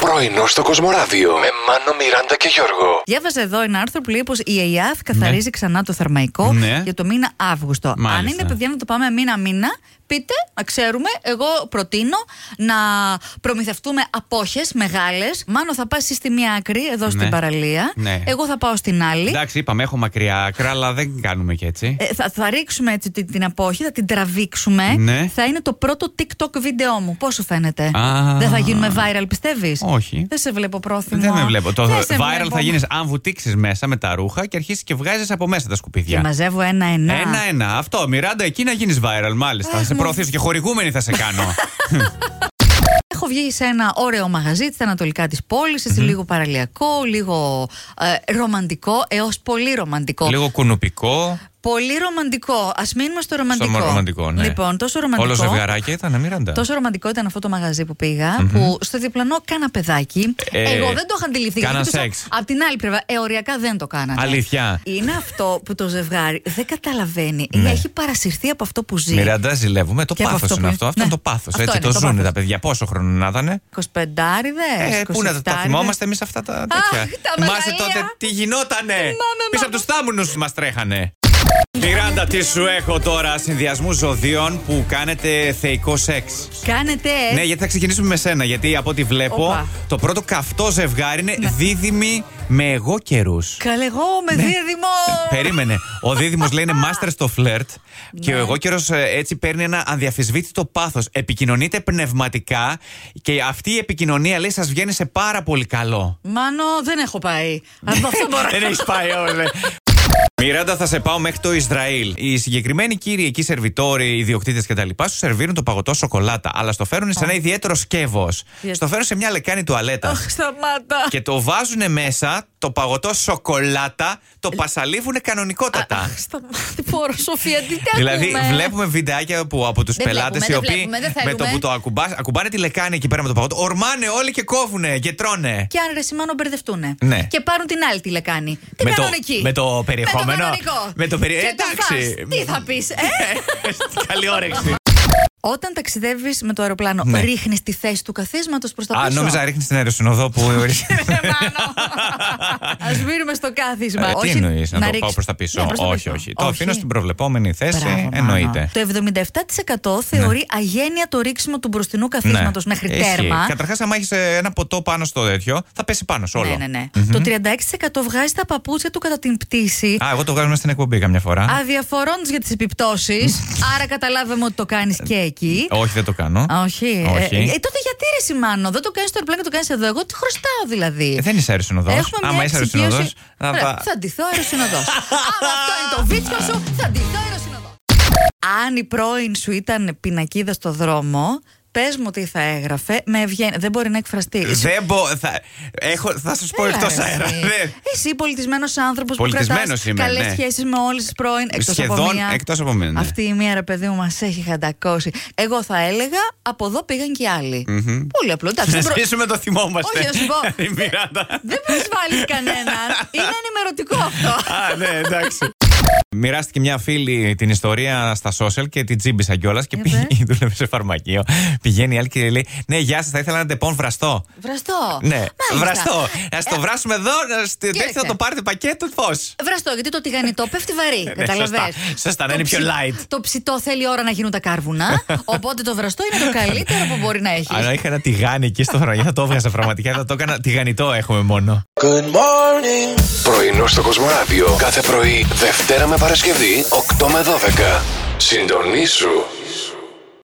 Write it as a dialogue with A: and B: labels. A: Πρωινό στο Κοσμοράδιο με Μάνο, Μιράντα και Γιώργο.
B: Διάβαζα εδώ ένα άρθρο που λέει πως η ΕΙΑΘ καθαρίζει ξανά το θερμαϊκό
C: Ναι.
B: για το μήνα Αύγουστο. Αν
C: Μάλιστα.
B: είναι παιδιά να το πάμε μήνα-μήνα, πείτε, να ξέρουμε. Εγώ προτείνω να προμηθευτούμε απόχες μεγάλες. Μάνο θα πας εσύ στη μία άκρη, εδώ στην παραλία.
C: Ναι.
B: Εγώ θα πάω στην άλλη.
C: Εντάξει, είπαμε, έχω μακριά άκρα, αλλά δεν κάνουμε και έτσι.
B: Ε, θα, θα ρίξουμε έτσι την, την απόχη, θα την τραβήξουμε.
C: Ναι.
B: Θα είναι το πρώτο TikTok βίντεό μου. Πώ σου φαίνεται.
C: Α.
B: Δεν θα γίνουμε viral, πιστεύεις.
C: Όχι.
B: Δεν σε βλέπω πρόθυμο.
C: Δεν με βλέπω. Το
B: Δεν σε
C: viral
B: βλέπω.
C: θα γίνεις αν βουτήξεις μέσα με τα ρούχα και αρχίσεις και βγάζεις από μέσα τα
B: Και
C: σκουπίδια.
B: μαζεύω ένα-ένα.
C: Ένα-ένα. Αυτό, Μιράντα, εκεί να γίνεις viral, μάλιστα. Θα σε προωθήσω και χορηγούμενη θα σε κάνω.
B: Έχω βγει σε ένα ωραίο μαγαζί στα ανατολικά της πόλης, λίγο παραλιακό, λίγο ε, ρομαντικό, έως πολύ ρομαντικό.
C: Λίγο κουνουπικό.
B: Πολύ ρομαντικό. Ας μείνουμε στο ρομαντικό.
C: Στο ρομαντικό, ναι.
B: Λοιπόν, τόσο ρομαντικό.
C: Όλο ζευγαράκι ήταν, Μιράντα.
B: Τόσο ρομαντικό ήταν αυτό το μαγαζί που πήγα, που στο διπλανό κάνα παιδάκι.
C: Ε,
B: Εγώ δεν το είχα αντιληφθεί. γιατί
C: κάναν
B: πίσω-
C: σεξ.
B: Απ' την άλλη πλευρά, ε, οριακά δεν το κάνανε.
C: Αλήθεια.
B: Είναι αυτό που το ζευγάρι δεν καταλαβαίνει. Έχει παρασυρθεί από αυτό που ζει.
C: Ναι. Μιράντα, ζηλεύουμε. Το
B: Και από
C: πάθος
B: αυτό
C: είναι
B: που-
C: αυτό.
B: ναι.
C: Αυτό είναι το πάθος.
B: Αυτό
C: Έτσι
B: είναι
C: το
B: το
C: ζουνε
B: πάθος.
C: τα παιδιά. Πόσο χρόνο να ήταν.
B: 25
C: Ε, πού να τα- τα θυμόμαστε εμείς αυτά τα τέτοια.
B: Αχ, τα
C: Θυμάστε
B: μεγαλεία.
C: τότε τι γινότανε. Πίσω από τους θάμουνου μας τρέχανε. Μιράντα, τι σου έχω τώρα. Συνδυασμού ζωδίων που κάνετε θεϊκό σεξ.
B: Κάνετε έτσι.
C: Ναι, γιατί θα ξεκινήσουμε με σένα. Γιατί από ό,τι βλέπω,
B: Οπα.
C: το πρώτο καυτό ζευγάρι
B: Ναι.
C: είναι δίδυμη με εγώ καιρούς.
B: Καλέ, εγώ με
C: Ναι.
B: δίδυμο.
C: Περίμενε. Ο δίδυμος λέει είναι μάστερ στο φλερτ και ο
B: Ναι.
C: εγώ καιρός έτσι παίρνει ένα ανδιαφυσβήτητο πάθος. Επικοινωνείτε πνευματικά και αυτή η επικοινωνία λέει σας βγαίνει σε πάρα πολύ καλό.
B: Μάνο, δεν έχω πάει. Από αυτό μπορώ.
C: Δεν έχει πάει όλα. Μιράντα, θα σε πάω μέχρι το Ισραήλ. Οι συγκεκριμένοι κύριοι εκεί, σερβιτόροι, ιδιοκτήτες κτλ., σου σερβίρουν το παγωτό σοκολάτα, αλλά στο φέρουν σε ένα ιδιαίτερο σκεύος.
B: Γιατί?
C: Στο φέρουν σε μια λεκάνη τουαλέτα.
B: Αχ, σταμάτα.
C: και το βάζουν μέσα το παγωτό σοκολάτα, το
B: Ε.
C: πασαλίβουν κανονικότατα.
B: Αχ, σταμάτα. Τι μπορώ, Σοφία, τι τα
C: Δηλαδή,
B: ακούμε.
C: βλέπουμε βιντεάκια που από τους
B: Δεν
C: πελάτες οι
B: βλέπουμε, δεν
C: οποίοι
B: βλέπουμε, δεν
C: με το
B: θέλουμε.
C: που το ακουμπά- ακουμπάνε τη λεκάνη εκεί πέρα με το παγωτό, ορμάνε όλοι και κόβουνε και τρώνε.
B: Και αν ρε σημάνο μπερδευτούνε.
C: Ναι.
B: Και πάρουν την άλλη τη λεκάνη. Τι
C: Με το-
B: κάνουν εκεί.
C: με το περιεχόμενο.
B: Με το κανονικό.
C: Με το περι- Ε,
B: Και
C: εντάξει. Ναι.
B: φας. Τι θα πεις, ε.
C: Καλή όρεξη.
B: Όταν ταξιδεύεις με το αεροπλάνο,
C: Ναι.
B: ρίχνεις τη θέση του καθίσματος προς τα πίσω.
C: Α, νόμιζα ρίχνεις την αεροσυνοδό που.
B: Ας μείνουμε στο κάθισμα.
C: Ε, Τι
B: Όχι
C: εννοείς, να, το
B: ρίξεις-
C: πάω προς τα πίσω.
B: Ναι, προς τα
C: όχι,
B: πίσω.
C: όχι. Το αφήνω στην προβλεπόμενη θέση.
B: Μπράβο, Μάνο.
C: Ε, εννοείται. Ναι.
B: Το 77% θεωρεί αγένεια το ρίξιμο του μπροστινού καθίσματος μέχρι τέρμα.
C: Καταρχά, Ναι. άμα έχεις ένα ποτό πάνω στο τέτοιο, θα πέσει πάνω σε όλο.
B: Ναι, ναι, ναι. Το 36% βγάζει τα παπούτσια του κατά την πτήση.
C: Α, εγώ το βγάζω μέσα στην εκπομπή καμιά φορά.
B: Αδιαφορώντας για τις επιπτώσεις. άρα καταλάβαμε ότι το κάνεις και εκεί.
C: Όχι, δεν το κάνω.
B: Όχι.
C: Ε, Όχι.
B: Ε, ε, τότε γιατί ρε Σιμάνο, δεν το κάνεις στο αεροπλάνο και το κάνεις εδώ. Εγώ τι χρωστάω δηλαδή.
C: Ε, δεν είσαι αεροσυνοδός.
B: Έχουμε μια
C: Άμα είσαι
B: εξοικείωση-
C: αεροσυνοδός.
B: Ωραία, Θα ντυθώ αεροσυνοδός. Άμα αυτό είναι το βίτσιο σου, θα ντυθώ αεροσυνοδός. Αν η πρώην σου ήταν πινακίδα στο δρόμο, πες μου τι θα έγραφε. Με ευγένεια. Δεν μπορεί να εκφραστεί.
C: Δεν μπο... θα, έχω, θα σας πω
B: Έλα,
C: εκτό
B: ρε,
C: αέρα.
B: εσύ.
C: Δεν-
B: Εσύ πολιτισμένος άνθρωπος που
C: Πολιτισμένος
B: κρατάς
C: είμαι,
B: καλές
C: ναι.
B: σχέσεις με όλες τις πρώην. Εκτός από
C: Σχεδόν
B: μία.
C: εκτός από μένα, ναι.
B: Αυτή η μία ρε παιδί μου μας έχει χαντακώσει. Εγώ θα έλεγα από εδώ πήγαν και οι άλλοι. Πολύ απλό. Εντάξει,
C: Να
B: δεν προ-
C: ζήσουμε το θυμόμαστε.
B: Όχι, να σου πω.
C: Η Μιράντα.
B: δεν προσβάλλει κανέναν. Είναι ενημερωτικό αυτό.
C: Α, ναι, εντάξει. Μοιράστηκε μια φίλη την ιστορία στα social και την τσίμπησα κιόλας και
B: Ε,
C: πήγε, δούλευε σε φαρμακείο. Πηγαίνει η άλλη και λέει: Ναι, γεια σας, θα ήθελα ένα τεπών βραστό.
B: Βραστό.
C: Ναι,
B: Μάλιστα. Ε,
C: βραστό. Να στο βράσουμε εδώ, να στη- τέτοιο θα
B: κοίταξε.
C: το πάρετε πακέτο φω.
B: Βραστό, γιατί το τηγανιτό πέφτει βαρύ. Καταλαβαίνεις.
C: Ναι, σωστά. Σωστά, να
B: Το
C: είναι πιο
B: ψη-
C: light.
B: Το ψητό θέλει ώρα να γίνουν τα κάρβουνα. οπότε το βραστό είναι το καλύτερο που μπορεί να έχεις.
C: Αν είχα ένα τηγάνι εκεί στο φαρμακείο θα το έβγαζα πραγματικά. Θα το έκανα τηγανιτό έχουμε μόνο.
A: Πρωινό στο Κοσμοράδιο κάθε πρωί, Δευτέρα με Παρασκευή, 8 με 12. Συντονίσου